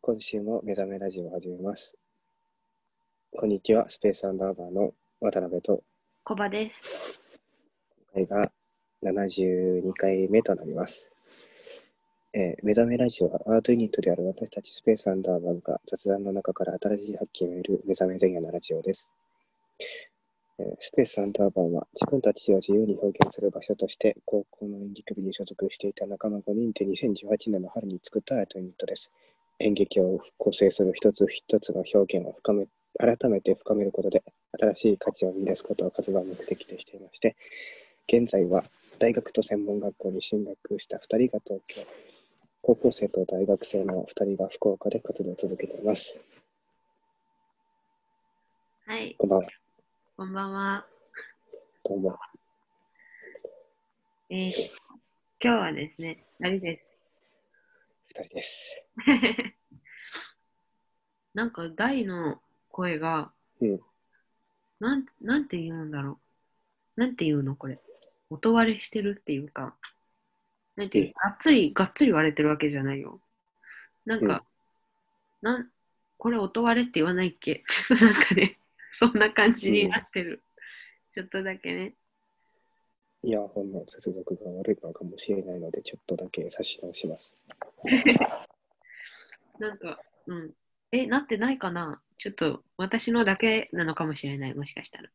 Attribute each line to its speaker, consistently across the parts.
Speaker 1: 今週も目覚めラジオを始めます。こんにちは、スペースアンダーバーの渡辺と、
Speaker 2: コバです。
Speaker 1: 今回が72回目となります。えー目覚めラジオはアートユニットである私たちスペースアンダーバーが雑談の中から新しい発見を得る目覚め前夜のラジオです。えースペースアンダーバーは自分たちを自由に表現する場所として高校の演劇部に所属していた仲間5人で2018年の春に作ったアートユニットです。演劇を構成する一つ一つの表現を深め改めて深めることで新しい価値を生み出すことを活動の目的としていまして現在は大学と専門学校に進学した2人が東京高校生と大学生の2人が福岡で活動を続けています
Speaker 2: はい、
Speaker 1: こんばんは
Speaker 2: こんばんは。
Speaker 1: どうも
Speaker 2: えー、今日はですね、あれです。
Speaker 1: 2人です
Speaker 2: なんか大の声が、
Speaker 1: うん
Speaker 2: なん、なんて言うんだろう。なんて言うのこれ。音割れしてるっていうか、なんていう、
Speaker 1: うん
Speaker 2: がっつり、がっつり割れてるわけじゃないよ。なんか、なん、これ音割れって言わないっけ ちょっとなんかね、そんな感じになってる。ちょっとだけね。
Speaker 1: イヤホンの接続が悪いのかもしれないのでちょっとだけ差し直します
Speaker 2: なんか、うん。え、なってないかなちょっと私のだけなのかもしれない、もしかしたら。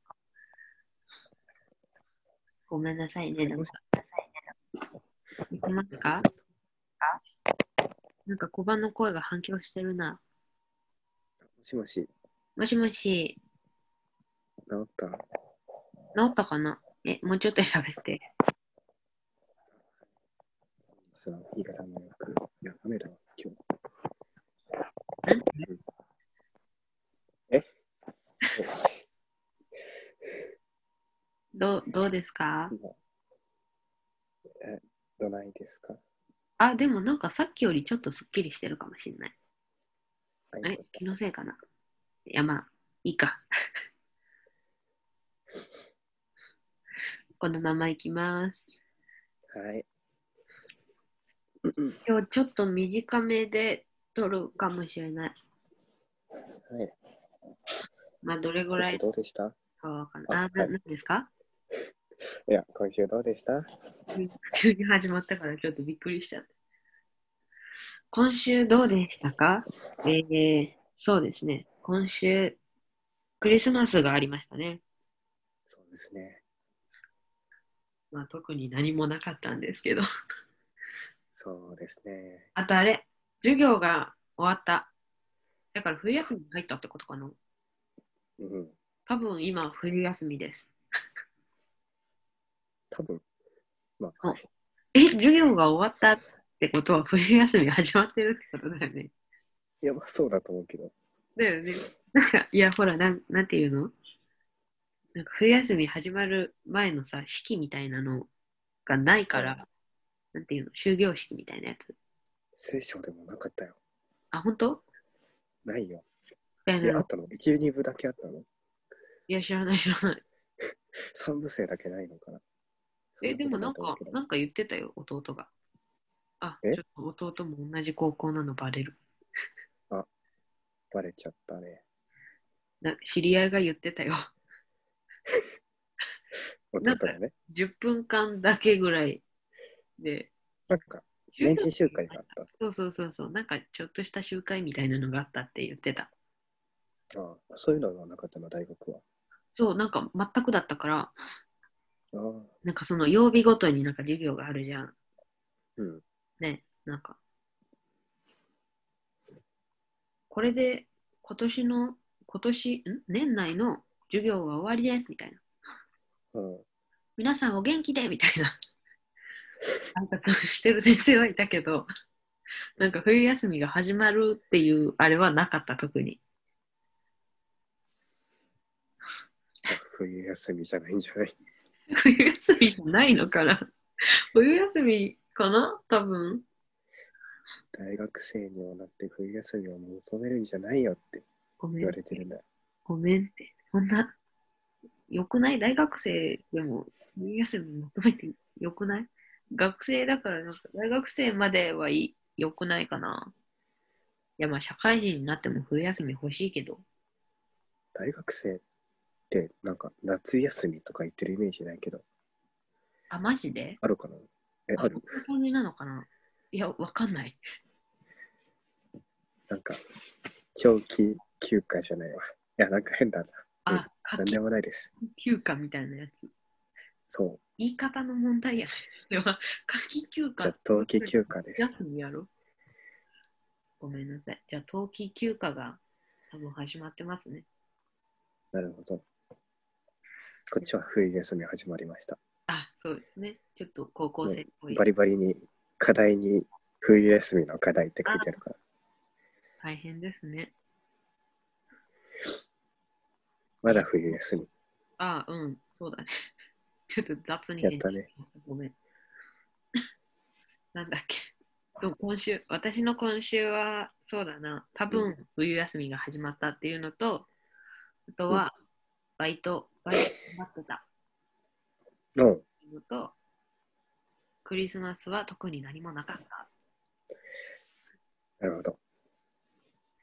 Speaker 2: ごめんなさいね、なんか。いきますかなんか小判の声が反響してるな。
Speaker 1: もしもし
Speaker 2: もしもし、
Speaker 1: 治った
Speaker 2: 治ったかなえ、もうちょっと喋って。
Speaker 1: さあ、日柄もよく、いや、雨だわ、今日。ええ
Speaker 2: どう、どうですか
Speaker 1: 今え、どないですか
Speaker 2: あ、でもなんかさっきよりちょっとすっきりしてるかもしれない。
Speaker 1: あ
Speaker 2: あれ気のせいかないやまあいいか このままいきます
Speaker 1: はい。
Speaker 2: 今日ちょっと短めで撮るかもしれない
Speaker 1: はい。
Speaker 2: まあどれぐ
Speaker 1: 今
Speaker 2: ら
Speaker 1: 週
Speaker 2: い
Speaker 1: どうでした
Speaker 2: かわかんないあななんですか
Speaker 1: いや、今週どうでした
Speaker 2: 急に始まったからちょっとびっくりしちゃった今週どうでしたかえー、そうですね今週クリスマスがありましたね
Speaker 1: そうですね。
Speaker 2: まあ特に何もなかったんですけど
Speaker 1: そうですね。
Speaker 2: あとあれ、授業が終わった。だから冬休みに入ったってことかな。
Speaker 1: うん。
Speaker 2: 多分今冬休みです。
Speaker 1: 多分まあ、
Speaker 2: そうえ、授業が終わったってことは冬休み始まってるってことだよね。
Speaker 1: いや、まあ、そうだと思うけど。
Speaker 2: だよね。なんか、いや、ほら、なんなんていうのなんか冬休み始まる前のさ、式みたいなのがないから、なんていうの終業式みたいなやつ。
Speaker 1: 聖書でもなかったよ。
Speaker 2: あ、本当
Speaker 1: ないよ。
Speaker 2: だよ
Speaker 1: いや、あ
Speaker 2: ね
Speaker 1: っ。たの ?1、2部だけあったの
Speaker 2: いや、知らない、知らない。
Speaker 1: ?3 部生だけないのかな
Speaker 2: え、でもなんか、
Speaker 1: な
Speaker 2: なんか言ってたよ、弟が。あ、
Speaker 1: え
Speaker 2: ちょっと弟も同じ高校なのバレる。
Speaker 1: バレちゃったね。
Speaker 2: な知り合いが言ってたよ。
Speaker 1: 弟がね。
Speaker 2: 10分間だけぐらいで。
Speaker 1: なんか、年次集会があっ
Speaker 2: そうそうそうそう。なんかちょっとした集会みたいなのがあったって言ってた。
Speaker 1: た。ああそういうのはなかったの、大学は。
Speaker 2: そう、なんか全くだったから、
Speaker 1: ああ
Speaker 2: なんかその曜日ごとになんか授業があるじゃん。
Speaker 1: うん。
Speaker 2: ね、なんか。これで今年の、今年、ん年内の授業は終わりですみたいな。
Speaker 1: うん。
Speaker 2: 皆さんお元気でみたいな挨拶をしてる先生はいたけどなんか冬休みが始まるっていうあれはなかった特に
Speaker 1: 冬休みじゃないんじゃない
Speaker 2: 冬休みじゃないのかな冬休みかな多分
Speaker 1: 大学生にはなって冬休みを求めるんじゃないよって
Speaker 2: ごめ
Speaker 1: 言
Speaker 2: ん
Speaker 1: われてるんだよ。
Speaker 2: ごめんってそんなよくない大学生でも冬休み求めてよくない学生だからなんか大学生まではいいよくないかなや、まあ、社会人になっても冬休み欲しいけど、
Speaker 1: 大学生ってなんか夏休みとか言ってるイメージないけど、
Speaker 2: あ、マジで
Speaker 1: あるかなえ、
Speaker 2: あ
Speaker 1: あ
Speaker 2: そん
Speaker 1: る
Speaker 2: な感じなのかないや、わかんない。
Speaker 1: なんか、長期休暇じゃないわ。いや、なんか変だな。
Speaker 2: あ、
Speaker 1: な
Speaker 2: 夏
Speaker 1: ん
Speaker 2: 季
Speaker 1: でもないです。
Speaker 2: 休暇みたいなやつ。
Speaker 1: そう。
Speaker 2: 言い方の問題やね。では、夏季休
Speaker 1: じゃ
Speaker 2: 暇
Speaker 1: あ、、冬季休暇です。
Speaker 2: 休みやろごめんなさい。じゃあ、冬季休暇が多分始まってますね。
Speaker 1: なるほど。こっちは冬休み始まりました。
Speaker 2: あ、そうですね。ちょっと高校生っぽい。
Speaker 1: バリバリに課題に冬休みの課題って書いてあるから。
Speaker 2: 大変ですね。
Speaker 1: まだ冬休み。
Speaker 2: あうん、そうだね。 ちょっと雑に返事
Speaker 1: やったね。
Speaker 2: ごめん。 なんだっけ。そう、今週、私の今週は、そうだな、多
Speaker 1: う
Speaker 2: 分冬休みが始まったっていうのと、あとは、バイト、バイト待ってた
Speaker 1: の、
Speaker 2: のと、クリスマスは特に何もなかった
Speaker 1: なるほど。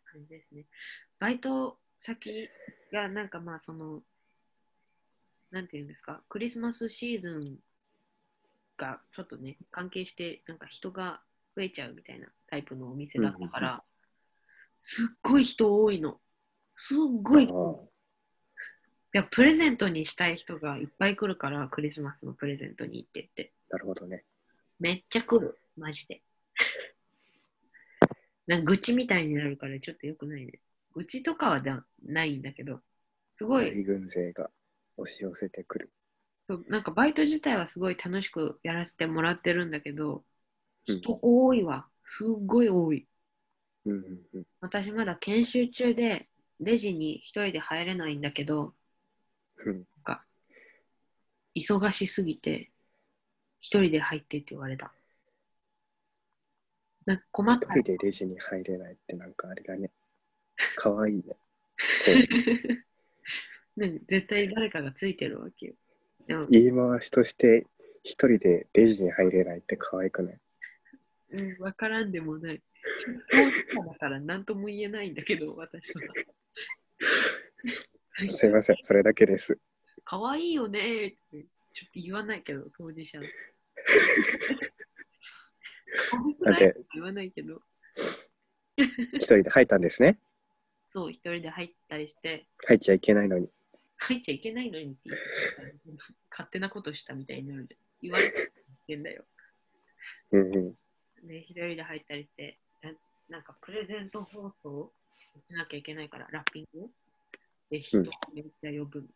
Speaker 2: 感じですね。バイト先がなんかまあその、なんていうんですか、クリスマスシーズンがちょっとね、関係してなんか人が増えちゃうみたいなタイプのお店だったか
Speaker 1: うん
Speaker 2: ら、すっごい人多いの。すっ
Speaker 1: あ
Speaker 2: ごい。い
Speaker 1: ー
Speaker 2: や、プレゼントにしたい人がいっぱい来るから、クリスマスのプレゼントに行ってって。
Speaker 1: なるほどね。
Speaker 2: めっちゃ来る、マジで。 なんか愚痴みたいになるからちょっとよくないね。愚痴とかはだないんだけど、すごい、
Speaker 1: 大軍勢が押し寄せてくる。
Speaker 2: そうなんかバイト自体はすごい楽しくやらせてもらってるんだけど、
Speaker 1: うん
Speaker 2: 人多いわ。すっごい多い。
Speaker 1: うんうんうん。
Speaker 2: 私まだ研修中で、レジに一人で入れないんだけど、
Speaker 1: うん
Speaker 2: 忙しすぎて、一人で入ってって言われた。なんか困っ
Speaker 1: 一
Speaker 2: た
Speaker 1: 人でレジに入れないってなんかあれだね。かわいいね。
Speaker 2: ね、絶対誰かがついてるわけよ。でも、
Speaker 1: 言い回しとして一人でレジに入れないって可愛くない
Speaker 2: うん、分からんでもない。当事者だから何とも言えないんだけど、私は。
Speaker 1: すいません、それだけです。
Speaker 2: かわいいよねーって、ちょっと言わないけど、当事者の。可愛くないって言わないけど、
Speaker 1: 一人で入ったんですね。
Speaker 2: そう、一人で入ったりして、
Speaker 1: 入っちゃいけないのに。
Speaker 2: 入っちゃいけないのにって言って勝手なことしたみたいになるじゃん。言われてんだよ。
Speaker 1: うんうん。
Speaker 2: で、一人で入ったりして、ななんかプレゼント放送をしなきゃいけないから、ラッピングで、人をめっちゃ呼ぶ。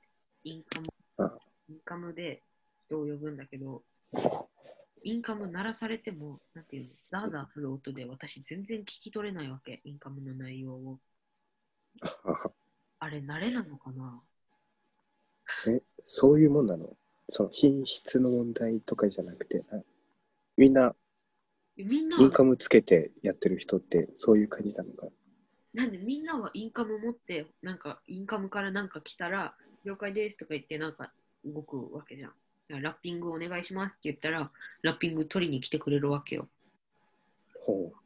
Speaker 2: インカム
Speaker 1: あ、
Speaker 2: インカムで人を呼ぶんだけど、インカム鳴らされても、なんていうの、ザーザーする音で私全然聞き取れないわけ、インカムの内容を。あれ、慣れなのかな
Speaker 1: え、そういうもんなのその品質の問題とかじゃなくて、あみんな
Speaker 2: えみんな
Speaker 1: イ
Speaker 2: は
Speaker 1: ンカムつけてやってる人ってそういう感じなのか。
Speaker 2: なんでみんなはインカム持って、なんかインカムからなんか来たら、了解ですとか言ってなんか動くわけじゃん。だからラッピングお願いしますって言ったら、ラッピング取りに来てくれるわけよ。
Speaker 1: ほう。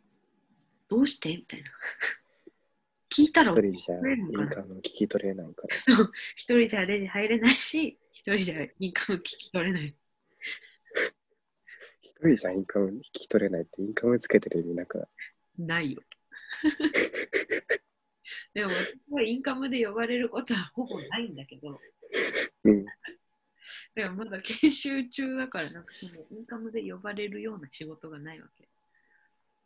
Speaker 2: どうしてみたいな。 聞いたら
Speaker 1: 一人じゃイ
Speaker 2: 取れるのかな
Speaker 1: ンカム聞き取れないから。
Speaker 2: 一人じゃレジ入れないし、一人じゃインカム聞き取れない。
Speaker 1: 一人じゃインカム聞き取れないってインカムつけてる意味なんか
Speaker 2: ないよ。 でも私はインカムで呼ばれることはほぼないんだけど、
Speaker 1: うん。
Speaker 2: でもまだ研修中だから、なんかそのインカムで呼ばれるような仕事がないわけ。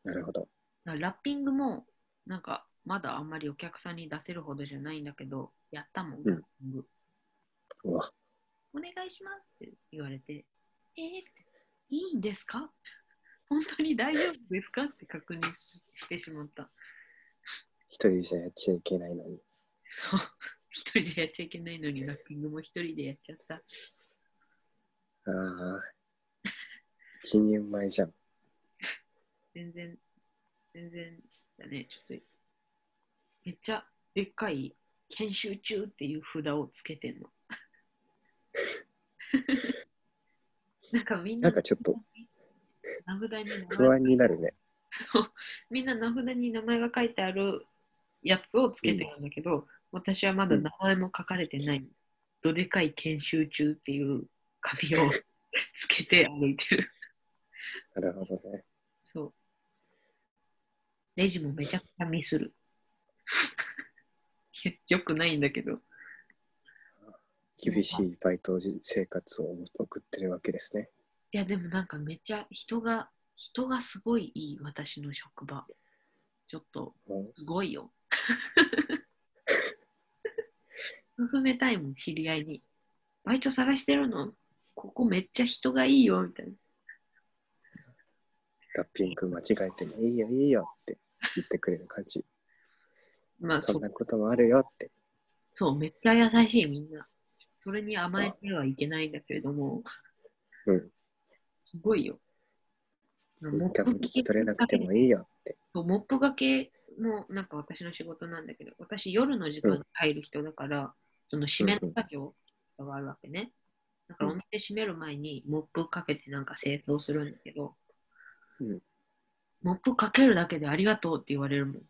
Speaker 1: なるほど。
Speaker 2: だからラッピングも、なんか、まだあんまりお客さんに出せるほどじゃないんだけど、やったもん、
Speaker 1: うん
Speaker 2: ラッピング。
Speaker 1: うわ、
Speaker 2: お願いしますって言われて、えー、いいんですか本当に大丈夫ですかって確認ししてし まった。
Speaker 1: 一人じゃやっちゃいけないのに。
Speaker 2: そう一人でやっちゃいけないのに、ラッピングも一人でやっちゃった。
Speaker 1: ああ。一人前じゃん。
Speaker 2: 全然、全然だね、ちょっと。めっちゃでっかい研修中っていう札をつけてんの。 なんかみん
Speaker 1: な
Speaker 2: なん
Speaker 1: かちょっと
Speaker 2: 名札に名前
Speaker 1: 不安になるね。
Speaker 2: そうみんな名札に名前が書いてあるやつをつけてるんだけど、私はまだ名前も書かれてない、どでかい研修中っていう紙を つけて歩いてる。
Speaker 1: なるほどね。
Speaker 2: そう。レジもめちゃくちゃミスる。 よくないんだけど。
Speaker 1: 厳しいバイトじ生活を送ってるわけですね。
Speaker 2: いや、でもなんかめっちゃ人が、人がすごいいい、私の職場。ちょっと、
Speaker 1: うん
Speaker 2: すごい よ。勧めたいもん、知り合いに。バイト探してるのここめっちゃ人がいいよ、みたいな。
Speaker 1: ラッピング間違えてもいいよいいよって言ってくれる感じ。
Speaker 2: まあ、そ
Speaker 1: そ
Speaker 2: うん
Speaker 1: なこともあるよって。
Speaker 2: そう、めっちゃ優しい、みんな。それに甘えてはいけないんだけれども、
Speaker 1: うん。
Speaker 2: すごいよ。
Speaker 1: 多分聞き取れなくてもいいよって。
Speaker 2: そうモップがけもなんか私の仕事なんだけど、私夜の時間に入る人だから、その締めの作業があるわけね。だからお店閉める前にモップかけてなんか清掃するんだけど、
Speaker 1: うん
Speaker 2: モップかけるだけでありがとうって言われるもん。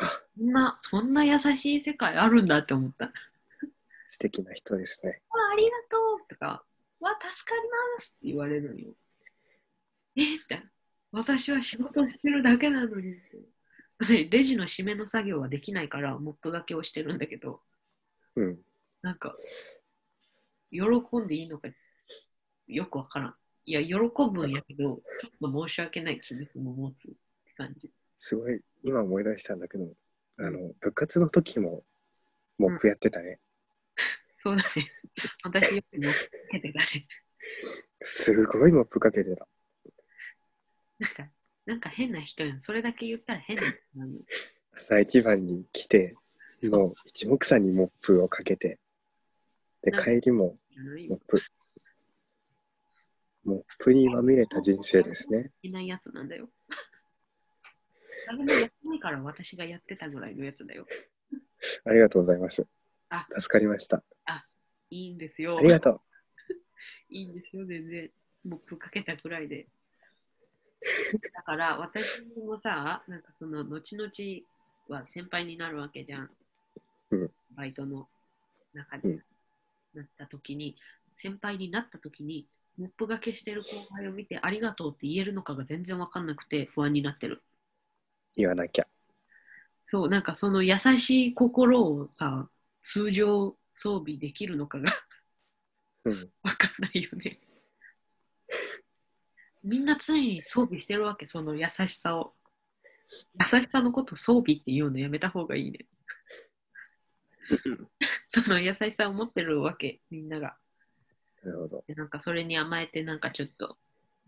Speaker 1: あ
Speaker 2: そんな、そんな優しい世界あるんだって思った。
Speaker 1: 素敵な人ですね。
Speaker 2: わありがとうとか、わあ助かりますって言われるのよ。えみたいな。私は仕事をしてるだけなのにでレジの締めの作業はできないから、モップがけをしてるんだけど、
Speaker 1: うん。
Speaker 2: なんか、喜んでいいのかよくわからん。いや、喜ぶんやけど、ちょっと申し訳ない気持ちも持つって感じ。
Speaker 1: すごい、今思い出したんだけど、あの、部活の時もモップやってたね。
Speaker 2: そうだね。私よくモップかけてたね。
Speaker 1: すごいモップかけてた。
Speaker 2: なんか、なんか変な人やん。それだけ言ったら変な人なのよ。
Speaker 1: 朝一番に来て、もう一目散にモップをかけて、で、
Speaker 2: なんか
Speaker 1: 帰りもモップ。モップにまみれた人生ですね。
Speaker 2: いないやつなんだよ。 誰もやってないから私がやってたぐらいのやつだよ。
Speaker 1: ありがとうございます
Speaker 2: あ。
Speaker 1: 助かりました。
Speaker 2: いいんですよ
Speaker 1: あ。りがとう。
Speaker 2: いいんですよ、全然。モップかけたぐらいで。だから私もさ、なんかその後々は先輩になるわけじゃん。
Speaker 1: うん
Speaker 2: バイトの中で、
Speaker 1: うん
Speaker 2: なった時に、先輩になった時に、モップがけしてる後輩を見てありがとうって言えるのかが全然わかんなくて不安になってる。
Speaker 1: 言わなきゃ。
Speaker 2: そう、なんかその優しい心をさ、通常装備できるのかが
Speaker 1: うん。
Speaker 2: わかんないよね。みんな常に装備してるわけ、その優しさを。優しさのことを装備って言うのやめた方がいいね。その優しさを持ってるわけ、みんなが。
Speaker 1: なるほど。
Speaker 2: でなんかそれに甘えて、なんかちょっと、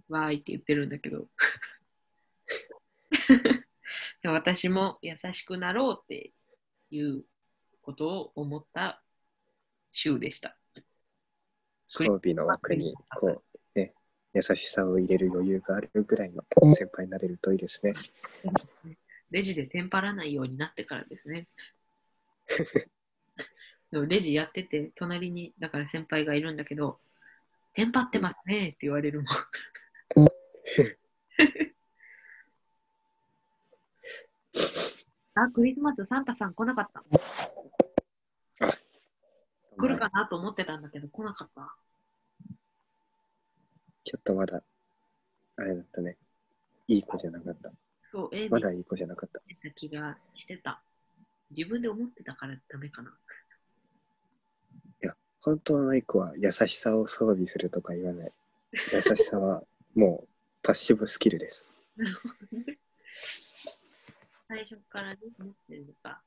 Speaker 2: わーいって言ってるんだけど。 で私も優しくなろうっていうことを思った週でした。
Speaker 1: 装備の枠に、こう、ね、優しさを入れる余裕があるぐらいの先輩になれるといいですね。
Speaker 2: レジでテンパらないようになってからですね。 そうレジやってて、隣に、だから先輩がいるんだけど、テンパってますねって言われるもん。あ、クリスマスサンタさん来なかった。来るかなと思ってたんだけど、来なかった。
Speaker 1: ちょっとまだ、あれだったね。いい子じゃなかった。
Speaker 2: そう、ええ
Speaker 1: まだいい子じゃなかった。
Speaker 2: た気がしてた。自分で思ってたからダメかな。
Speaker 1: 本当のいい子は優しさを装備するとか言わない。優しさはもうパッシブスキルです。
Speaker 2: 最初からね、持ってるのか。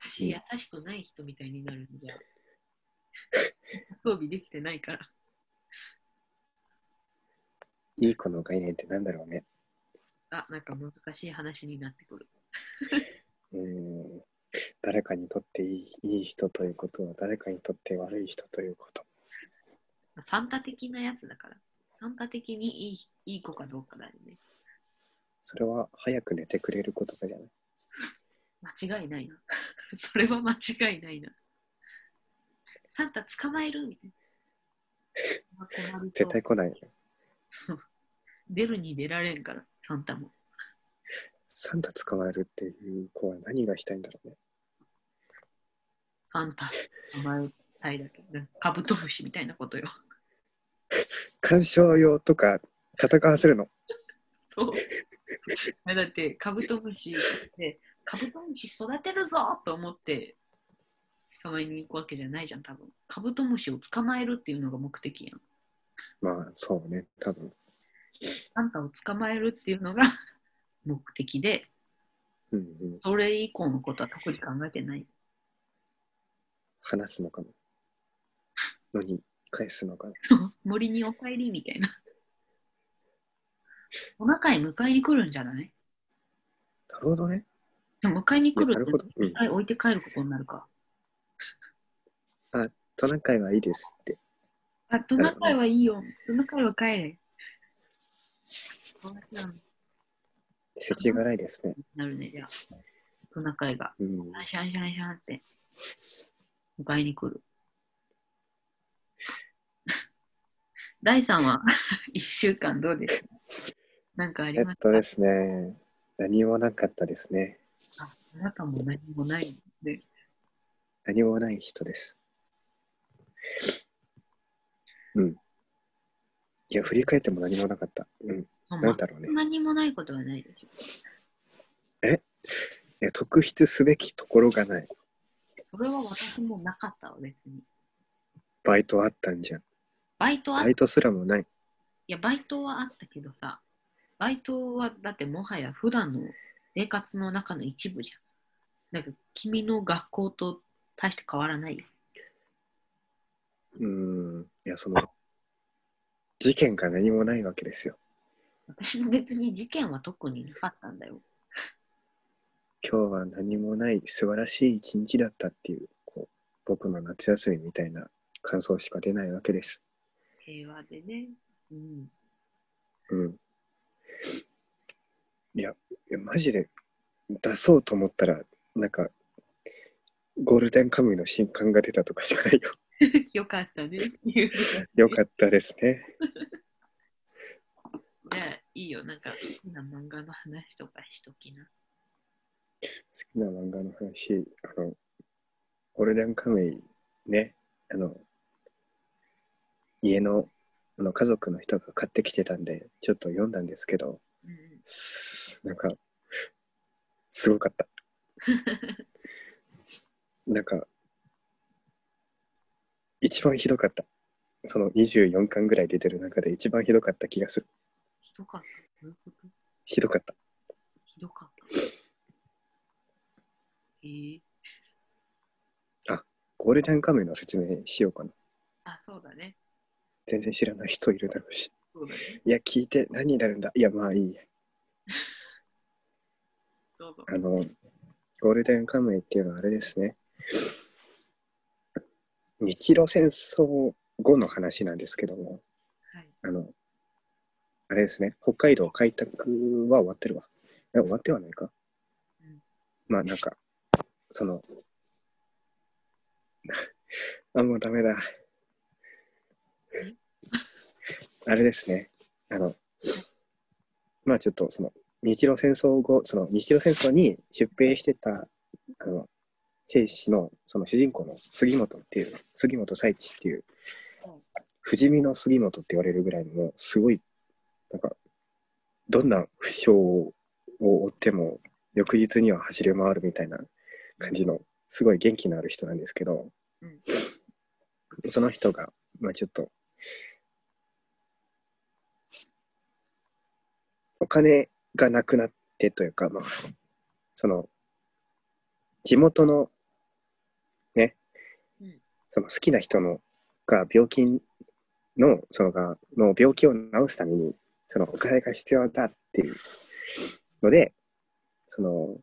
Speaker 2: 私、優しくない人みたいになるんじゃ。 装備できてないから。
Speaker 1: いい子の概念ってなんだろうね。
Speaker 2: あ、なんか難しい話になってくる。
Speaker 1: うーん。誰かにとっていいいい人ということは、誰かにとって悪い人ということ。
Speaker 2: まあサンタ的なやつだから。サンタ的にいいいい子かどうかだよね。
Speaker 1: それは早く寝てくれることかじゃない。
Speaker 2: 間違いないな。 それは間違いないな。サンタ捕まえるみたいな。困ると
Speaker 1: 絶対来ない。
Speaker 2: 出るに出られんから、サンタも。
Speaker 1: サンタ捕まえるっていう子は何がしたいんだろうね。
Speaker 2: サンタ、お前たいだけど、なんかカブトムシみたいなことよ。
Speaker 1: 鑑賞用とか戦わせるの。
Speaker 2: そう。 あれだって、カブトムシで、カブトムシ育てるぞと思って、捕まえに行くわけじゃないじゃん、多分。カブトムシを捕まえるっていうのが目的やん。
Speaker 1: まあそうね、多分。
Speaker 2: サンタを捕まえるっていうのが 目的で、
Speaker 1: うんうん。
Speaker 2: それ以降のことは特に考えてない。
Speaker 1: 話すのかも。のに返すのかも。
Speaker 2: 森にお帰りみたいな。 お腹へ迎えに来るんじゃない
Speaker 1: なるほどね。
Speaker 2: でも迎えに来る
Speaker 1: なる
Speaker 2: って
Speaker 1: ほど。うん。
Speaker 2: はい、置いて帰ることになるか。
Speaker 1: トナカイはいいですって。
Speaker 2: あ、トナカイはいいよ。トナカイは帰れ。そうなん
Speaker 1: 世知辛いですね。
Speaker 2: なるね、じゃあ。トナカイが、
Speaker 1: うん。
Speaker 2: シャンシャンシャンシャンって、迎えに来る。 第3話、1週 間どうですかなんかあ
Speaker 1: え
Speaker 2: り
Speaker 1: っ
Speaker 2: まし
Speaker 1: と
Speaker 2: た
Speaker 1: ですね、何もなかったですね。
Speaker 2: ああなたも何もないので、
Speaker 1: 何もない人です。うん。いや、振り返っても何もなかった。うん。
Speaker 2: そう
Speaker 1: なんだろうね
Speaker 2: 全く何もないことはないでしょ。
Speaker 1: いや特筆すべきところがない。
Speaker 2: それは私もなかったわ、別に。
Speaker 1: バイトあったんじゃん。
Speaker 2: バイトあっ
Speaker 1: バイトすらもない。
Speaker 2: いや、バイトはあったけどさ、バイトはだってもはや普段の生活の中の一部じゃん。なんか君の学校と大して変わらないよ。
Speaker 1: うーん。いや、その、事件が何もないわけですよ。
Speaker 2: 私も別に事件は特になかったんだよ。
Speaker 1: 今日は何もない素晴らしい一日だったっていう、こう、僕の夏休みみたいな感想しか出ないわけです。
Speaker 2: 平和でね。うん。
Speaker 1: うん。いや、いやマジで出そうと思ったら、なんか、ゴールデンカムイの新刊が出たとかしかないよ。
Speaker 2: よかったね っていう。
Speaker 1: よかったですね。
Speaker 2: じゃあいいよ。なんか好きな漫画の話とかしときな。
Speaker 1: 好きな漫画の話、あの、ゴールデンカムイ、ね、あの、家の、あの、家族の人が買ってきてたんで、ちょっと読んだんですけど、
Speaker 2: うんうん
Speaker 1: す なんか、すごかった。なんか、一番ひどかった。その24巻ぐらい出てる中で一番ひどかった気がする。
Speaker 2: ひどかった。どういうこと
Speaker 1: ひどかった。
Speaker 2: ひどかった。えー、
Speaker 1: ゴールデンカムイの説明しようかな。
Speaker 2: あ、そうだね。
Speaker 1: 全然知らない人いるだろうし。
Speaker 2: そうだね。
Speaker 1: いや、聞いて何になるんだいや、まあいいや。
Speaker 2: どうぞ。
Speaker 1: あの、ゴールデンカムイっていうのはあれですね。日露戦争後の話なんですけども、
Speaker 2: はい。
Speaker 1: あの、あれですね、北海道開拓は終わってるわ。え、終わってはないか
Speaker 2: うん。
Speaker 1: まあなんか、その、 あ、もうダメだ。 あれですね、あの、まあちょっとその、日露戦争後、その日露戦争に出兵してた、あの、兵士の、その主人公の杉本っていう、杉本彩地っていう
Speaker 2: うん、
Speaker 1: 不死身の杉本って言われるぐらいの、もうすごい、なんか、どんな負傷を負っても、翌日には走り回るみたいな感じの、すごい元気のある人なんですけど、
Speaker 2: うん
Speaker 1: その人が、まあちょっと、お金がなくなってというか、まあ、その、地元の、ね
Speaker 2: うん、
Speaker 1: その好きな人のが病気の、そのが、の病気を治すために、そのお金が必要だっていうので、その、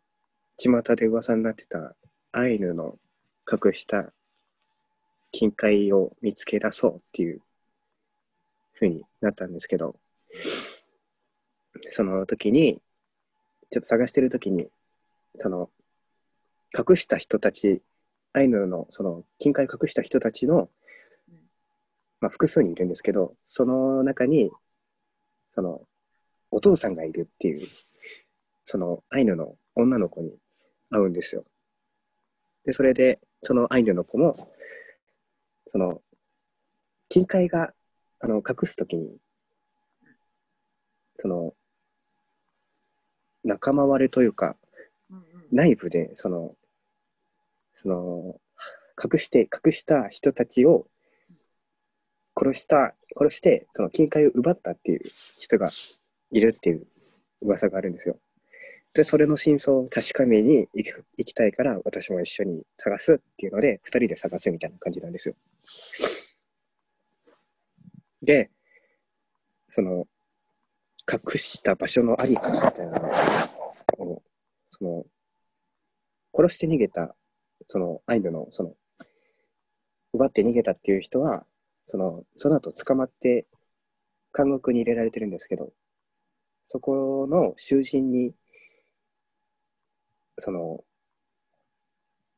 Speaker 1: 巷で噂になってたアイヌの隠した金塊を見つけ出そうっていうふうになったんですけど、その時に、ちょっと探してる時に、その、隠した人たち、アイヌの、その、金塊隠した人たちの
Speaker 2: うん、
Speaker 1: まあ、複数にいるんですけど、その中に、その、お父さんがいるっていう、そのアイヌの女の子に会うんですよ。で、それで、そのアイヌの子も、その、金塊が、あの、隠すときに、その、仲間割れというか、
Speaker 2: うんうん
Speaker 1: 内部で、その、その、隠して、隠した人たちを殺した、殺して、その金塊を奪ったっていう人がいるっていう噂があるんですよ。で、それの真相を確かめに行く行きたいから、私も一緒に探すっていうので、二人で探すみたいな感じなんですよ。で、その、隠した場所のありかみたいなのを、その、殺して逃げた、そのアイヌの、その、奪って逃げたっていう人は、その、その後捕まって、監獄に入れられてるんですけど、そこの囚人に、その、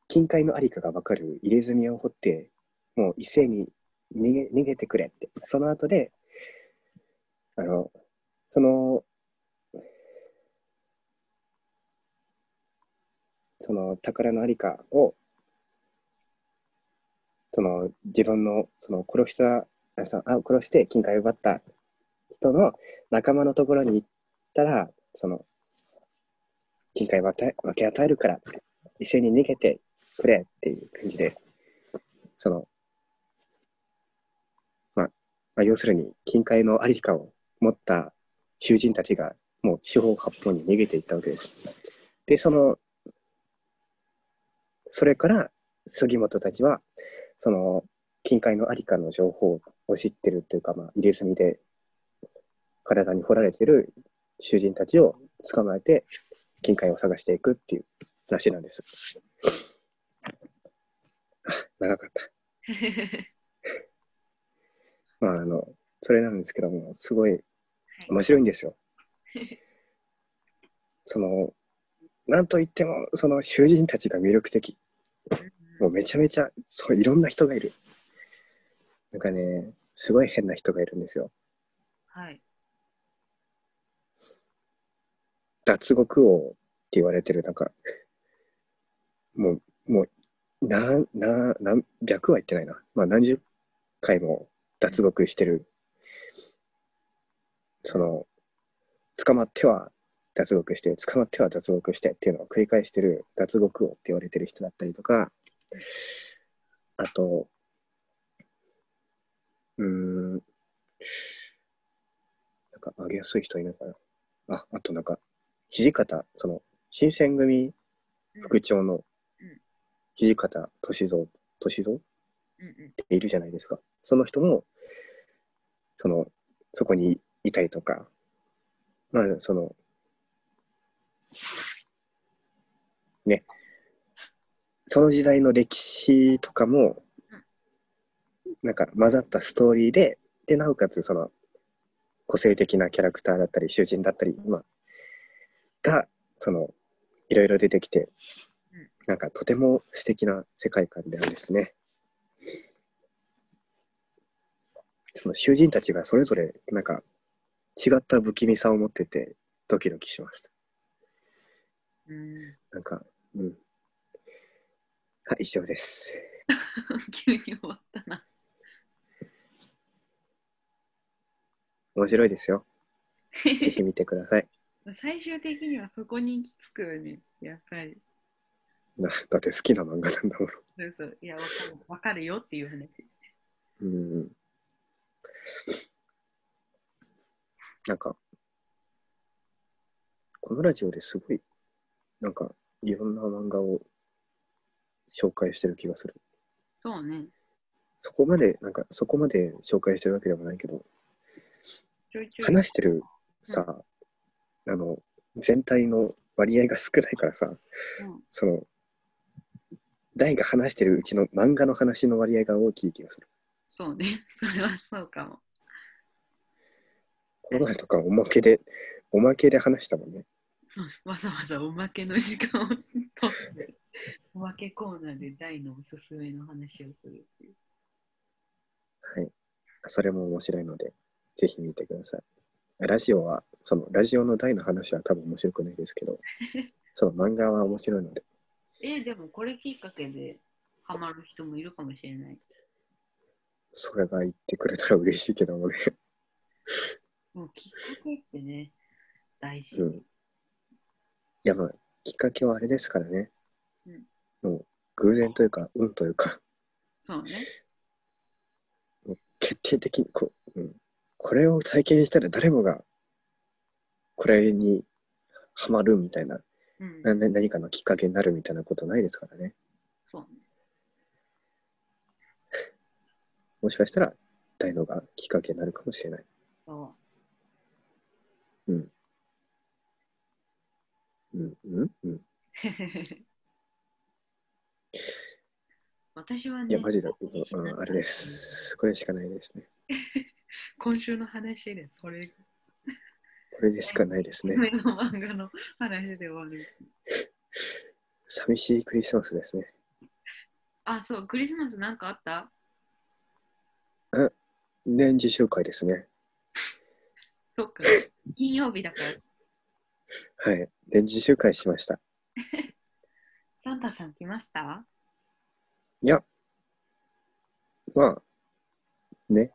Speaker 1: 近海のありかがわかる入れ墨を掘って、もう一斉に逃げ逃げてくれって、その後で、あの、そのその宝のありかを、その自分のその殺したあそあ、殺して金塊を奪った人の仲間のところに行ったら、その金塊を分け分け与えるからって、一斉に逃げてくれっていう感じで、その、まあ、まあ、要するに金塊のありかを持った囚人たちが、もう四方八方に逃げていったわけです。で、そのそれから杉本たちは、その、近海のありかの情報を知ってるというか、まあ、入れ墨で体に掘られてる囚人たちを捕まえて、近海を探していくっていう話なんです。あ長かった。まあ、あの、それなんですけども、すごい面白いんですよ。その、なんといっても、その囚人たちが魅力的。もうめちゃめちゃ、そう、いろんな人がいる。なんかね、すごい変な人がいるんですよ。
Speaker 2: はい。
Speaker 1: 脱獄王って言われてる、なんか、もう、もう、なん、な、何百は言ってないな。まあ、何十回も脱獄してる。その、捕まっては脱獄して、捕まっては脱獄してっていうのを繰り返してる脱獄王って言われてる人だったりとか、あと、うーん、なんか、あげやすい人いないかな。あ、あとなんか、土方、その、新選組副長の
Speaker 2: うん
Speaker 1: 土方歳三、歳三っ
Speaker 2: うんうん
Speaker 1: ているじゃないですか。その人も、その、そこにいたりとか、まあ、その、ね、その時代の歴史とかも、なんか混ざったストーリーで、で、なおかつその、個性的なキャラクターだったり、囚人だったり、まあ、が、その、いろいろ出てきて
Speaker 2: うん、
Speaker 1: なんかとても素敵な世界観であるんですね。その囚人たちがそれぞれ、なんか、違った不気味さを持ってて、ドキドキします。
Speaker 2: うん。
Speaker 1: なんか、うん。はい、以上です。
Speaker 2: 急に終わったな。
Speaker 1: 面白いですよ。ぜひ見てください。
Speaker 2: 最終的にはそこに行き着くよね。やっぱり。
Speaker 1: なだって好きな漫画なんだもん。
Speaker 2: そうそう。いや、わかるわかるよっていう話。
Speaker 1: うん。なんか、このラジオですごい、なんか、いろんな漫画を紹介してる気がする。
Speaker 2: そうね。
Speaker 1: そこまで、なんか、そこまで紹介してるわけでもないけど、
Speaker 2: ちょいちょい。
Speaker 1: 話してるさ、あの、全体の割合が少ないからさ、
Speaker 2: うん
Speaker 1: その、大が話してるうちの漫画の話の割合が大きい気がする。
Speaker 2: そうね。 それはそうかも。
Speaker 1: この前とかおまけで、おまけで話したもんね。
Speaker 2: そうわざわざおまけの時間を取って、おまけコーナーで大のおすすめの話をするっていう。
Speaker 1: はい。それも面白いので、ぜひ見てください。ラジオは、そのラジオの題の話は多分面白くないですけど、 その漫画は面白いので、
Speaker 2: えーでもこれきっかけでハマる人もいるかもしれない。
Speaker 1: それが言ってくれたら嬉しいけどもね。
Speaker 2: もうきっかけってね、大事。
Speaker 1: うん。いや、まあ、きっかけはあれですからね。
Speaker 2: うん
Speaker 1: もう、偶然というか、運というか、
Speaker 2: そうね。
Speaker 1: 決定的にこう、うん、これを体験したら誰もが、これにハマるみたいな、
Speaker 2: うん。
Speaker 1: なな何かのきっかけになるみたいなことないですからね。
Speaker 2: そうね。
Speaker 1: もしかしたら、大のがきっかけになるかもしれない。
Speaker 2: そ
Speaker 1: うん、うん、うん。
Speaker 2: う。私はね、
Speaker 1: いや、マジで、うん、うんあれで。す。これしかないですね。
Speaker 2: 今週の話で、それ、
Speaker 1: これでしかないです
Speaker 2: そ
Speaker 1: ね。
Speaker 2: れの漫画の話で終わる。
Speaker 1: 寂しいクリスマスですね。
Speaker 2: あ、そう、クリスマスなんかあった
Speaker 1: 年次集会ですね。
Speaker 2: そっか。金曜日だから、
Speaker 1: はい。年次集会しました。
Speaker 2: サンタさん来ました
Speaker 1: いや、まあ、ね。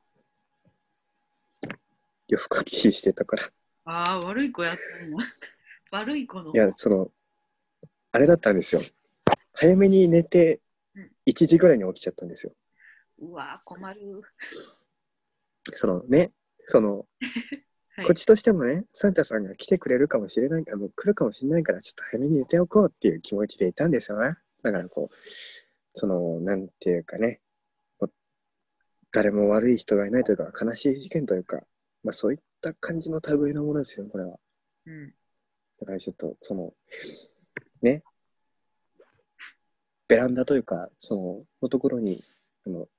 Speaker 1: 夜更かきしてたから。い
Speaker 2: ああ、悪い子やったの。悪い子の。
Speaker 1: や、その、あれだったんですよ。早めに寝て
Speaker 2: うん、
Speaker 1: 1時ぐらいに起きちゃったんですよ。
Speaker 2: うわー、困る。
Speaker 1: そのね、その、
Speaker 2: はい
Speaker 1: こっちとしてもね、サンタさんが来てくれるかもしれない、あの来るかもしれないから、ちょっと早めに寝ておこうっていう気持ちでいたんですよね。だからこう、その、なんていうかね、もう誰も悪い人がいないというか、悲しい事件というか、まあそういった感じの類のものですよ、これは。
Speaker 2: うん。
Speaker 1: だからちょっと、その、ね、ベランダというか、その、のところに、あの、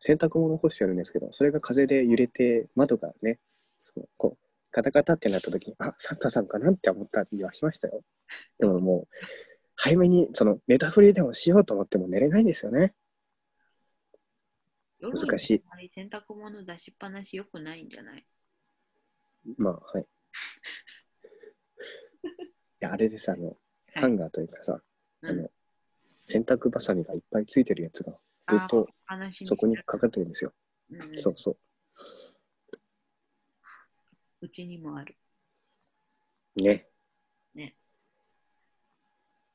Speaker 1: 洗濯物を干してあるんですけど、それが風で揺れて、窓がね、そのこう、カタカタってなった時に、あ、サンタさんかなって思ったりはしましたよ。でももう、早めに、その、ネタフリでもしようと思っても寝れないんですよね。
Speaker 2: 夜
Speaker 1: 難しい
Speaker 2: あんまり洗濯物出しっぱなしよくないんじゃない
Speaker 1: まあ、はい。いや、あれでさ、あの、
Speaker 2: はい
Speaker 1: ハンガーというかさ、あ
Speaker 2: うん
Speaker 1: の、洗濯バサミがいっぱいついてるやつが、ずっと、
Speaker 2: あー悲しみ
Speaker 1: そこにかかってるんですよ。
Speaker 2: うんうん
Speaker 1: そうそう
Speaker 2: ちにもある。
Speaker 1: う。ね。
Speaker 2: い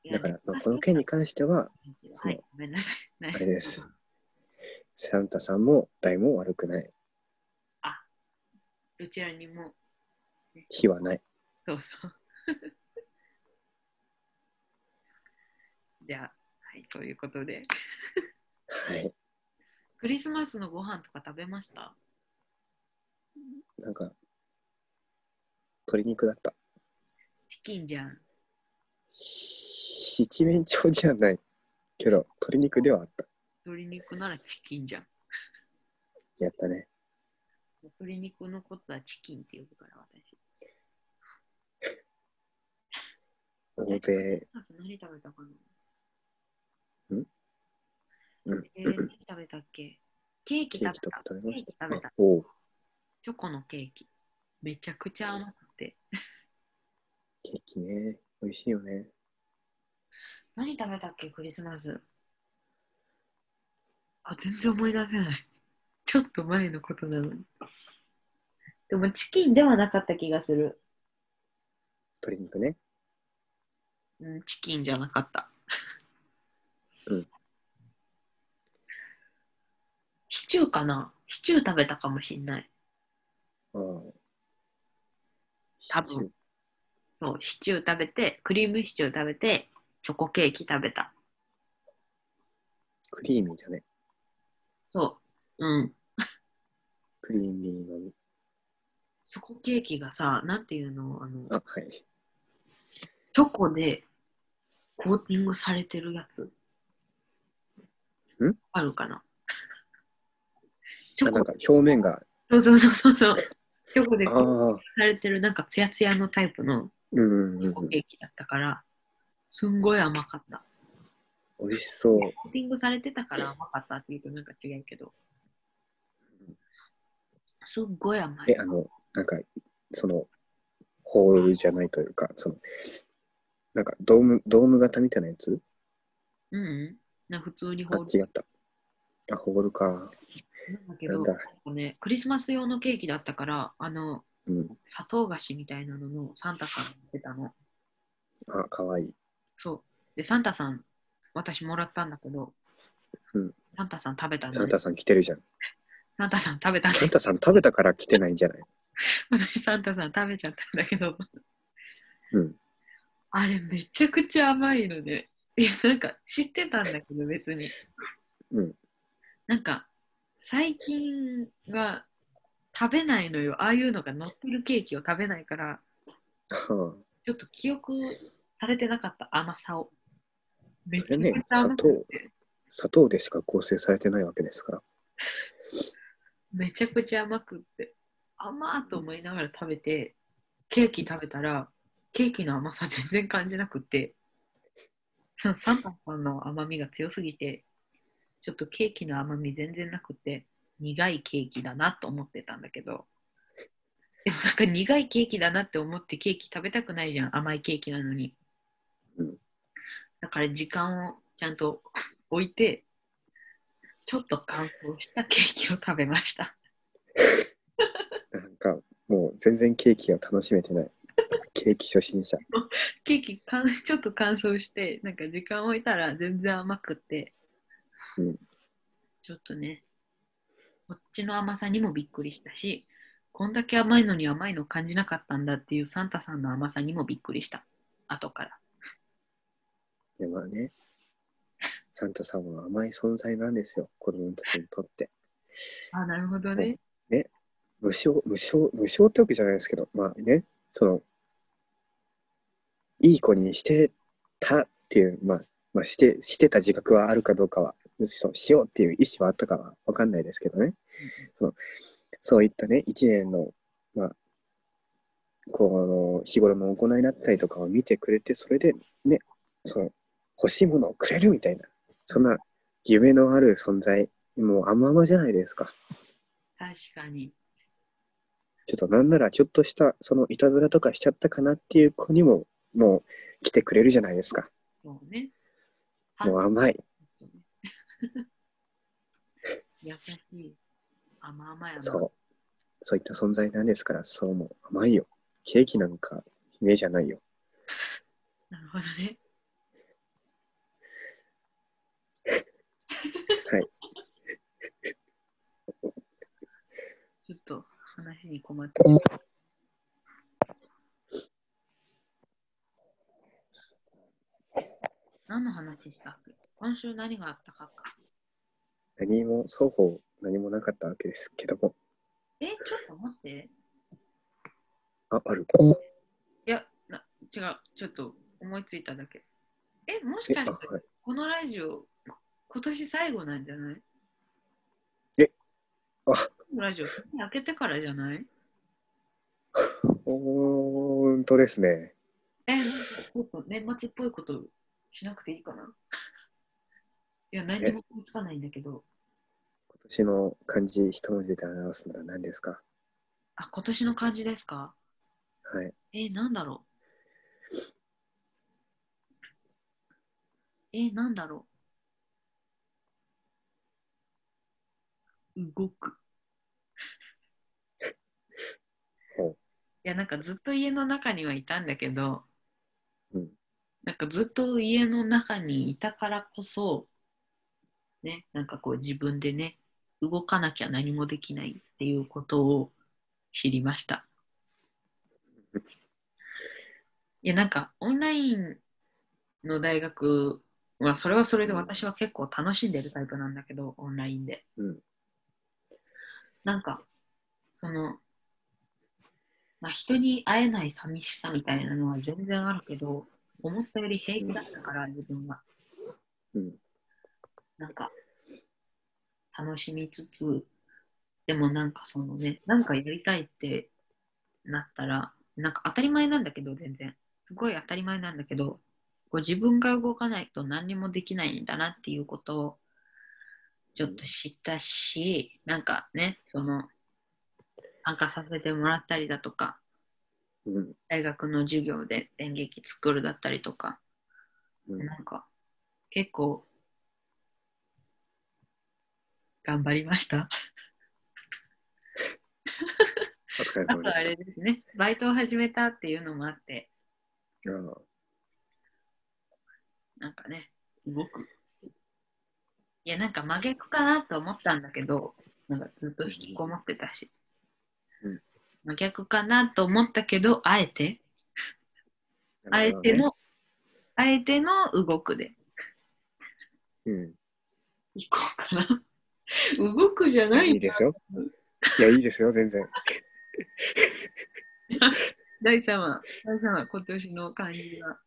Speaker 2: や
Speaker 1: だから、
Speaker 2: でも
Speaker 1: まあ、この件に関して は、
Speaker 2: は
Speaker 1: そ
Speaker 2: い、
Speaker 1: う
Speaker 2: ごめんなさい。
Speaker 1: あれ です。サンタさんも大も悪くない。
Speaker 2: どちらにも、
Speaker 1: 非はない。
Speaker 2: そうそう。 じゃあ、はい、そういうことで。
Speaker 1: はい。
Speaker 2: クリスマスのご飯とか食べました
Speaker 1: なんか、鶏肉だった。
Speaker 2: チキンじゃん。
Speaker 1: し七面鳥じゃないけど、鶏肉ではあった。
Speaker 2: 鶏肉ならチキンじゃん。
Speaker 1: やったね。
Speaker 2: 鶏肉のことはチキンって呼ぶから、私。
Speaker 1: 欧米、
Speaker 2: あそう何食べたかなん
Speaker 1: うん
Speaker 2: えー、何食べたっけケーキ
Speaker 1: ケ
Speaker 2: 食べ
Speaker 1: ー
Speaker 2: た。
Speaker 1: キとか食べました
Speaker 2: ケ。ーキ食べた
Speaker 1: あおう
Speaker 2: チョコのケーキ。めちゃくちゃ甘くて。
Speaker 1: ケーキね。美味しいよね。
Speaker 2: 何食べたっけクリスマス。あ、全然思い出せない。ちょっと前のことなのに。でもチキンではなかった気がする。
Speaker 1: 鶏肉ね。
Speaker 2: うん、チキンじゃなかった。
Speaker 1: うん。
Speaker 2: シチューかなシチュー食べたかもしんない。
Speaker 1: ああ。
Speaker 2: 多分
Speaker 1: 七
Speaker 2: そう、シチュー食べて、クリームシチュー食べて、チョコケーキ食べた。
Speaker 1: クリーミーだね。
Speaker 2: そう。うん。
Speaker 1: クリーミーのみ。
Speaker 2: チョコケーキがさ、なんていうの、あの、
Speaker 1: あ、はい。
Speaker 2: チョコでコーティングされてるやつ。
Speaker 1: ん
Speaker 2: あるかなチ
Speaker 1: あ
Speaker 2: ョ
Speaker 1: なんか
Speaker 2: コ、
Speaker 1: 表面が、
Speaker 2: そうそうそうそうそう。チョコで
Speaker 1: あ
Speaker 2: コ
Speaker 1: あ
Speaker 2: ーティング、されてる、なんかツヤツヤのタイプの
Speaker 1: うんうん
Speaker 2: チ
Speaker 1: う
Speaker 2: ョ
Speaker 1: ん
Speaker 2: コケーキだったから、すんごい甘かった。
Speaker 1: うん。美味しそう。
Speaker 2: コーティングされてたから甘かったっていうとなんか違うけど。すっごい甘い
Speaker 1: え、。あの、なんか、その、ホールじゃないというか、その、なんかドーム、ドーム型みたいなやつ
Speaker 2: うんうん。な普通にホ
Speaker 1: あ、
Speaker 2: ー
Speaker 1: 違
Speaker 2: ル
Speaker 1: った。あ、ホールか。
Speaker 2: なんだけど、
Speaker 1: なんだ
Speaker 2: なんかね、クリスマス用のケーキだったから、あの、
Speaker 1: うん。
Speaker 2: 砂糖菓子みたいなののサンタさんが出たの。
Speaker 1: あ、かわいい。
Speaker 2: そう。で、サンタさん、私もらったんだけど、
Speaker 1: うん
Speaker 2: サンタさん食べたの。
Speaker 1: サンタさん来てるじゃん。
Speaker 2: サンタさん食べたん
Speaker 1: サン
Speaker 2: で、
Speaker 1: タさん食べたから来てないんじゃない
Speaker 2: 私 サンタさん食べちゃったんだけど、
Speaker 1: うん。
Speaker 2: あれめちゃくちゃ甘いのね。いや、なんか知ってたんだけど、別に。
Speaker 1: うん。
Speaker 2: なんか、最近は食べないのよ。ああいうのが乗ってるケーキを食べないから、
Speaker 1: は
Speaker 2: ちょっと記憶されてなかった甘さを。め
Speaker 1: あ、
Speaker 2: ち
Speaker 1: それ
Speaker 2: ゃくち
Speaker 1: ね、
Speaker 2: ゃ
Speaker 1: 砂
Speaker 2: 甘く
Speaker 1: 糖、砂糖でしか構成されてないわけですから。
Speaker 2: めちゃくちゃ甘くって甘ーと思いながら食べてケーキ食べたらケーキの甘さ全然感じなくってそのサンタさんの甘みが強すぎてちょっとケーキの甘み全然なくて苦いケーキだなと思ってたんだけどでもなんか苦いケーキだなって思ってケーキ食べたくないじゃん甘いケーキなのに、
Speaker 1: うん
Speaker 2: だから時間をちゃんと置いてちょっと乾燥したケーキを食べました
Speaker 1: なんか、もう全然ケーキが楽しめてない。ケーキ初心者。
Speaker 2: ケーキかん ちょっと乾燥して、なんか時間置いたら全然甘くって、
Speaker 1: うん
Speaker 2: ちょっとね、こっちの甘さにもびっくりしたし、こんだけ甘いのに甘いの感じなかったんだっていうサンタさんの甘さにもびっくりした、後から。
Speaker 1: でまあね、サンタさんは甘い存在なんですよ、子供たちにとって。
Speaker 2: あ、なるほどね。
Speaker 1: 無償、無償、無償ってわけじゃないですけど、まあね、その、いい子にしてたっていう、まあ、まあ、して、してた自覚はあるかどうかは、そうしようっていう意思はあったかはわかんないですけどね。そのそういったね、一年の、まあ、この、日頃の行いだったりとかを見てくれて、それでね、その、欲しいものをくれるみたいな、そんな夢のある存在、もう甘々じゃないですか。
Speaker 2: 確かに。
Speaker 1: ちょっとなんならちょっとしたそのいたずらとかしちゃったかなっていう子にももう来てくれるじゃないですか。
Speaker 2: そうね。
Speaker 1: もう甘い。
Speaker 2: 優しい。甘々やな。
Speaker 1: そう。そういった存在なんですから、そうも甘いよ。ケーキなんか夢じゃないよ。
Speaker 2: なるほどね。
Speaker 1: はい。
Speaker 2: ちょっと話に困ってる。何の話したっけ今週何があったかか。
Speaker 1: 何も、双方何もなかったわけですけども。
Speaker 2: え、ちょっと待って。
Speaker 1: あ、ある。
Speaker 2: いや、な違う。ちょっと思いついただけ。え、もし
Speaker 1: え、
Speaker 2: か
Speaker 1: あ、
Speaker 2: して
Speaker 1: はい。
Speaker 2: このラジオ、今年最後なんじゃない
Speaker 1: えあ
Speaker 2: ラジオ、年明けてからじゃない
Speaker 1: ほーんとですね。
Speaker 2: え、なんかちょっと年末っぽいことしなくていいかないや、何にも思いつかないんだけど、
Speaker 1: 今年の漢字一文字で表すなら何ですか
Speaker 2: あ、今年の感じですか
Speaker 1: はい。
Speaker 2: えー、なんだろうえー、なんだろう動く。
Speaker 1: ほう
Speaker 2: いや、なんかずっと家の中にはいたんだけど、
Speaker 1: うん
Speaker 2: なんかずっと家の中にいたからこそ、ね、なんかこう自分でね、動かなきゃ何もできないっていうことを知りました。いや、なんかオンラインの大学は、それはそれで私は結構楽しんでるタイプなんだけど、オンラインで。
Speaker 1: うん。
Speaker 2: なんか、その、まあ、人に会えない寂しさみたいなのは全然あるけど、思ったより平気だったから、自分が。
Speaker 1: うん。
Speaker 2: なんか、楽しみつつ、でもなんかそのね、なんかやりたいってなったら、なんか当たり前なんだけど、全然。すごい当たり前なんだけど、こう自分が動かないと何にもできないんだなっていうことを、ちょっと知ったし、なんかね、その、参加させてもらったりだとか、
Speaker 1: うん。
Speaker 2: 大学の授業で演劇作るだったりとか、
Speaker 1: うん
Speaker 2: なんか、結構、頑張りました。
Speaker 1: お疲れ
Speaker 2: あ
Speaker 1: 様
Speaker 2: とあ
Speaker 1: で
Speaker 2: れ
Speaker 1: し
Speaker 2: ですね、バイトを始めたっていうのもあって、
Speaker 1: た。うん
Speaker 2: なんかね、動く。いや、なんか真逆かなと思ったんだけど、なんかずっと引きこもってたし。
Speaker 1: うん
Speaker 2: 真逆かなと思ったけど、あえて、あえて。の、あえての動くで
Speaker 1: うん。
Speaker 2: 行こうか な。動くじゃない
Speaker 1: いいですよ。いや、いいですよ、全然。
Speaker 2: 大様、大様、今年の感じが。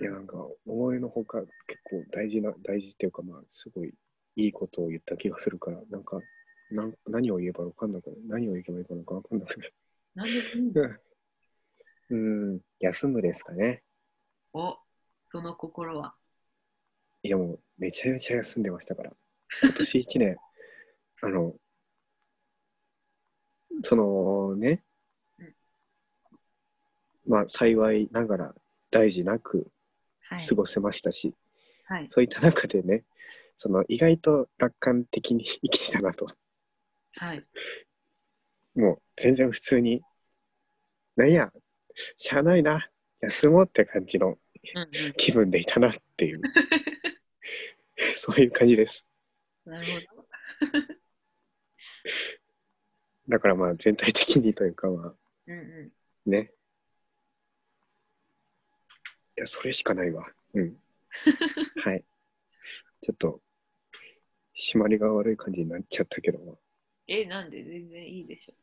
Speaker 1: いや、なんか、思いのほか、結構大事な、大事っていうか、まあ、すごいいいことを言った気がするから、なんか、なん何を言えばわかんなくなる。何を言えばいいかなんかわかんなくなる。
Speaker 2: なんでいいの
Speaker 1: うん、休むですかね。
Speaker 2: お、その心は。
Speaker 1: いや、もう、めちゃめちゃ休んでましたから。今年一年、 あの、そのね
Speaker 2: うん、
Speaker 1: まあ、幸いながら、大事なく
Speaker 2: はい。
Speaker 1: 過ごせましたし、
Speaker 2: はい。
Speaker 1: そういった中でね、その意外と楽観的に生きてたなと、
Speaker 2: はい。
Speaker 1: もう全然普通に、なんや、しゃあないな、休もうって感じの
Speaker 2: うんうん
Speaker 1: 気分でいたなっていう、そういう感じです。
Speaker 2: なるほど。
Speaker 1: だからまあ全体的にというかま
Speaker 2: うんう
Speaker 1: あね、いや、それしかないわ。うん。はい。ちょっと、締まりが悪い感じになっちゃったけども。
Speaker 2: ん。え、なんで全然いいでしょ。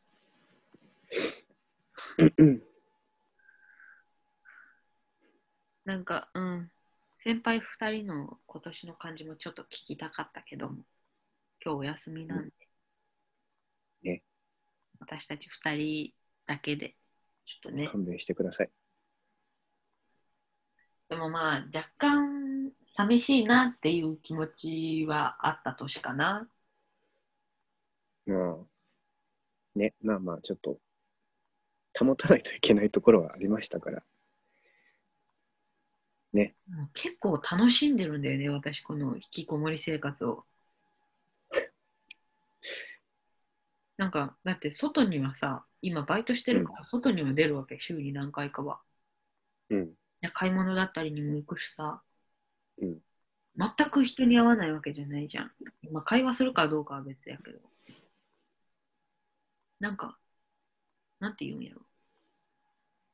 Speaker 2: なんか、うん。先輩二人の今年の感じもちょっと聞きたかったけども、今日お休みなんで。
Speaker 1: ね。
Speaker 2: 私たち二人だけで、ちょっとね。
Speaker 1: 勘弁してください。
Speaker 2: でもまあ若干寂しいなっていう気持ちはあった年かな。
Speaker 1: まあ、ね、まあまあ、ちょっと、保たないといけないところはありましたから、
Speaker 2: うん結構楽しんでるんだよね、私この引きこもり生活を。なんかだって外にはさ、今バイトしてるから外には出るわけ、週に何回かは。
Speaker 1: うん、
Speaker 2: いや買い物だったりにも行くしさ、
Speaker 1: うん
Speaker 2: 全く人に会わないわけじゃないじゃん。まあ、会話するかどうかは別やけど。なんか、なんて言うんやろ。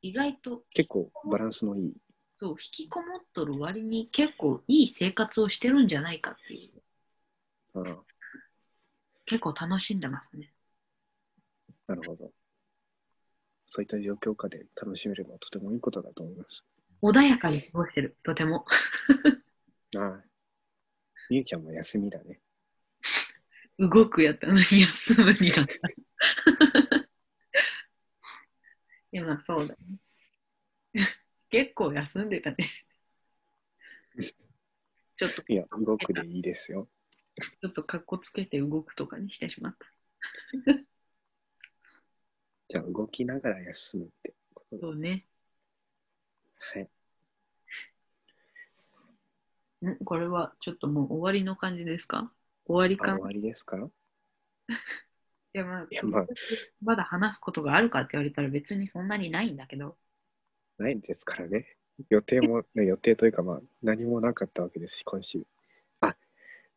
Speaker 2: 意外と、
Speaker 1: 結構バランスのいい、
Speaker 2: そう、引きこもっとる割に結構いい生活をしてるんじゃないかっていう。
Speaker 1: ああ、
Speaker 2: 結構楽しんでますね。
Speaker 1: なるほど。そういった状況下で楽しめるのはとてもいいことだと思います。
Speaker 2: 穏やかに過ごしてる、とても。
Speaker 1: ああ、みゆちゃんも休みだね。
Speaker 2: 動くやったのに休むになった。い や、まあそうだね。 結構休んでたね。ちょっと、
Speaker 1: いや、動くでいいですよ。
Speaker 2: ちょっとかっこつけて動くとかにしてしまった。
Speaker 1: じゃあ、動きながら休むってことで。
Speaker 2: そうね。
Speaker 1: はい。
Speaker 2: んこれはちょっともう終わりの感じですか終わり
Speaker 1: あ
Speaker 2: 感
Speaker 1: 終。わりですか
Speaker 2: いや、まあ
Speaker 1: いや、まあ、
Speaker 2: まだ話すことがあるかって言われたら別にそんなにないんだけど。
Speaker 1: ないですからね。予定も、ね予定というか、まあ、何もなかったわけですし、今週。あ、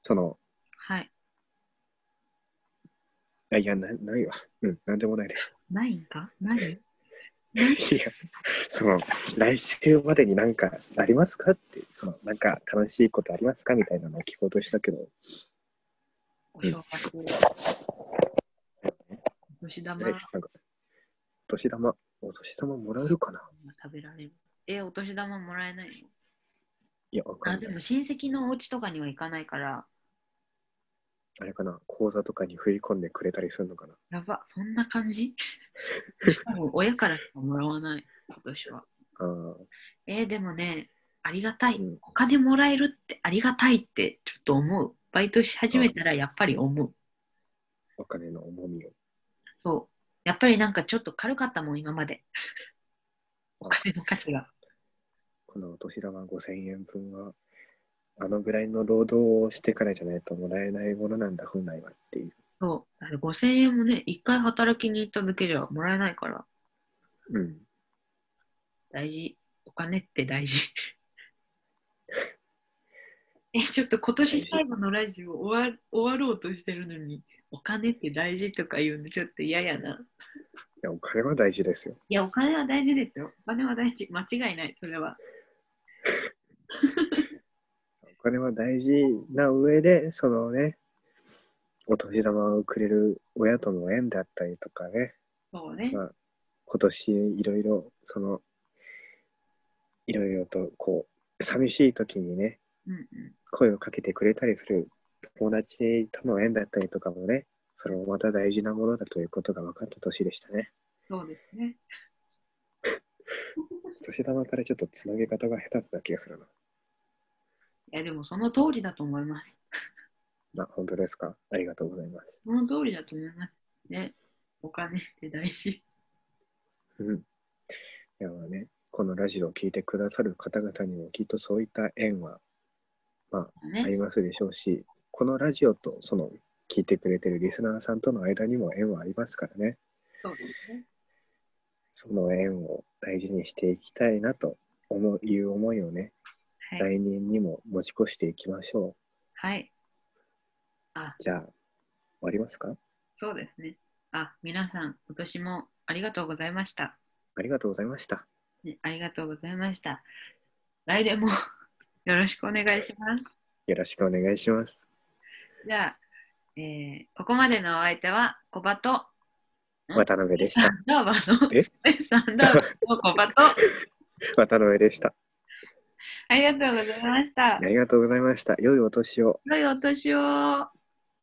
Speaker 1: その、
Speaker 2: はい。
Speaker 1: あいや、なないわ。うん、なんでもないです。
Speaker 2: ないんか何
Speaker 1: いや、その、来週までになんかありますかって、その、なんか楽しいことありますかみたいなのを聞こうとしたけど、
Speaker 2: お正月。お年
Speaker 1: え
Speaker 2: 玉
Speaker 1: なんか、お年玉、お年玉もらえるかな
Speaker 2: 食べられる。え、お年玉もらえない
Speaker 1: い
Speaker 2: の
Speaker 1: や、わか
Speaker 2: あ
Speaker 1: ん
Speaker 2: で
Speaker 1: ない。
Speaker 2: も親戚のお家とかには行かないから、
Speaker 1: あれかな、口座とかに振り込んでくれたりするのかな
Speaker 2: やば、そんな感じしかも親からしかもらわない、今年は。
Speaker 1: あー
Speaker 2: えーでもね、ありがたい、
Speaker 1: うん
Speaker 2: お金もらえるってありがたいってちょっと思う。バイトし始めたらやっぱり思う。
Speaker 1: お金の重みを。
Speaker 2: そう。やっぱりなんかちょっと軽かったもん、今ま で。お金の価値が。
Speaker 1: このお年玉5000円分は、あのぐらいの労働をしてからじゃないともらえないものなんだ、本来はっていう。
Speaker 2: そう。あの5000円もね、一回働きに行っただけじゃもらえないから、
Speaker 1: うん。
Speaker 2: 大事。お金って大事。 え、ちょっと今年最後のラジオ終わ終わろうとしてるのに、お金って大事とか言うのちょっと嫌やな。
Speaker 1: いや、お金は大事ですよ。
Speaker 2: いや、お金は大事ですよ。お金は大事。間違いない、それは。
Speaker 1: お金は大事な上で、そのね、お年玉をくれる親との縁であったりとかね、
Speaker 2: そうね。
Speaker 1: まあ、今年いろいろ、その、いろいろと、こう、寂しい時にね、
Speaker 2: うんうん。
Speaker 1: 声をかけてくれたりする友達との縁だったりとかもね、それもまた大事なものだということが分かった年でしたね。
Speaker 2: そうですね。
Speaker 1: 年玉からちょっとつなげ方が下手だった気がするな。
Speaker 2: いや、でもその通りだと思います。
Speaker 1: まあ、本当ですか。ありがとうございます。
Speaker 2: その通りだと思います。ね。お金って大事。
Speaker 1: うん。ではね、このラジオを聞いてくださる方々にもきっとそういった縁はあ
Speaker 2: ね。
Speaker 1: りますでしょうし、このラジオとその聞いてくれてるリスナーさんとの間にも縁はありますからね、
Speaker 2: そうですね。
Speaker 1: その縁を大事にしていきたいなと思ういう思いをね、
Speaker 2: はい。
Speaker 1: 来年にも持ち越していきましょう。
Speaker 2: はい。あ、
Speaker 1: じゃあ、終わりますか
Speaker 2: そうですね。あ、皆さん、今年もありがとうございました。
Speaker 1: ありがとうございました。
Speaker 2: ねありがとうございました。来年も よろしくお願いします。
Speaker 1: よろしくお願いします。
Speaker 2: じゃあ、えーここまでのお相手は、コバと、
Speaker 1: 渡辺で した。
Speaker 2: ダーバーの、
Speaker 1: え
Speaker 2: スペースアンダーバーのコバと、
Speaker 1: 渡辺でした。
Speaker 2: ありがとうございました
Speaker 1: あ。りがとうございました。良いお年を。
Speaker 2: 良いお年を。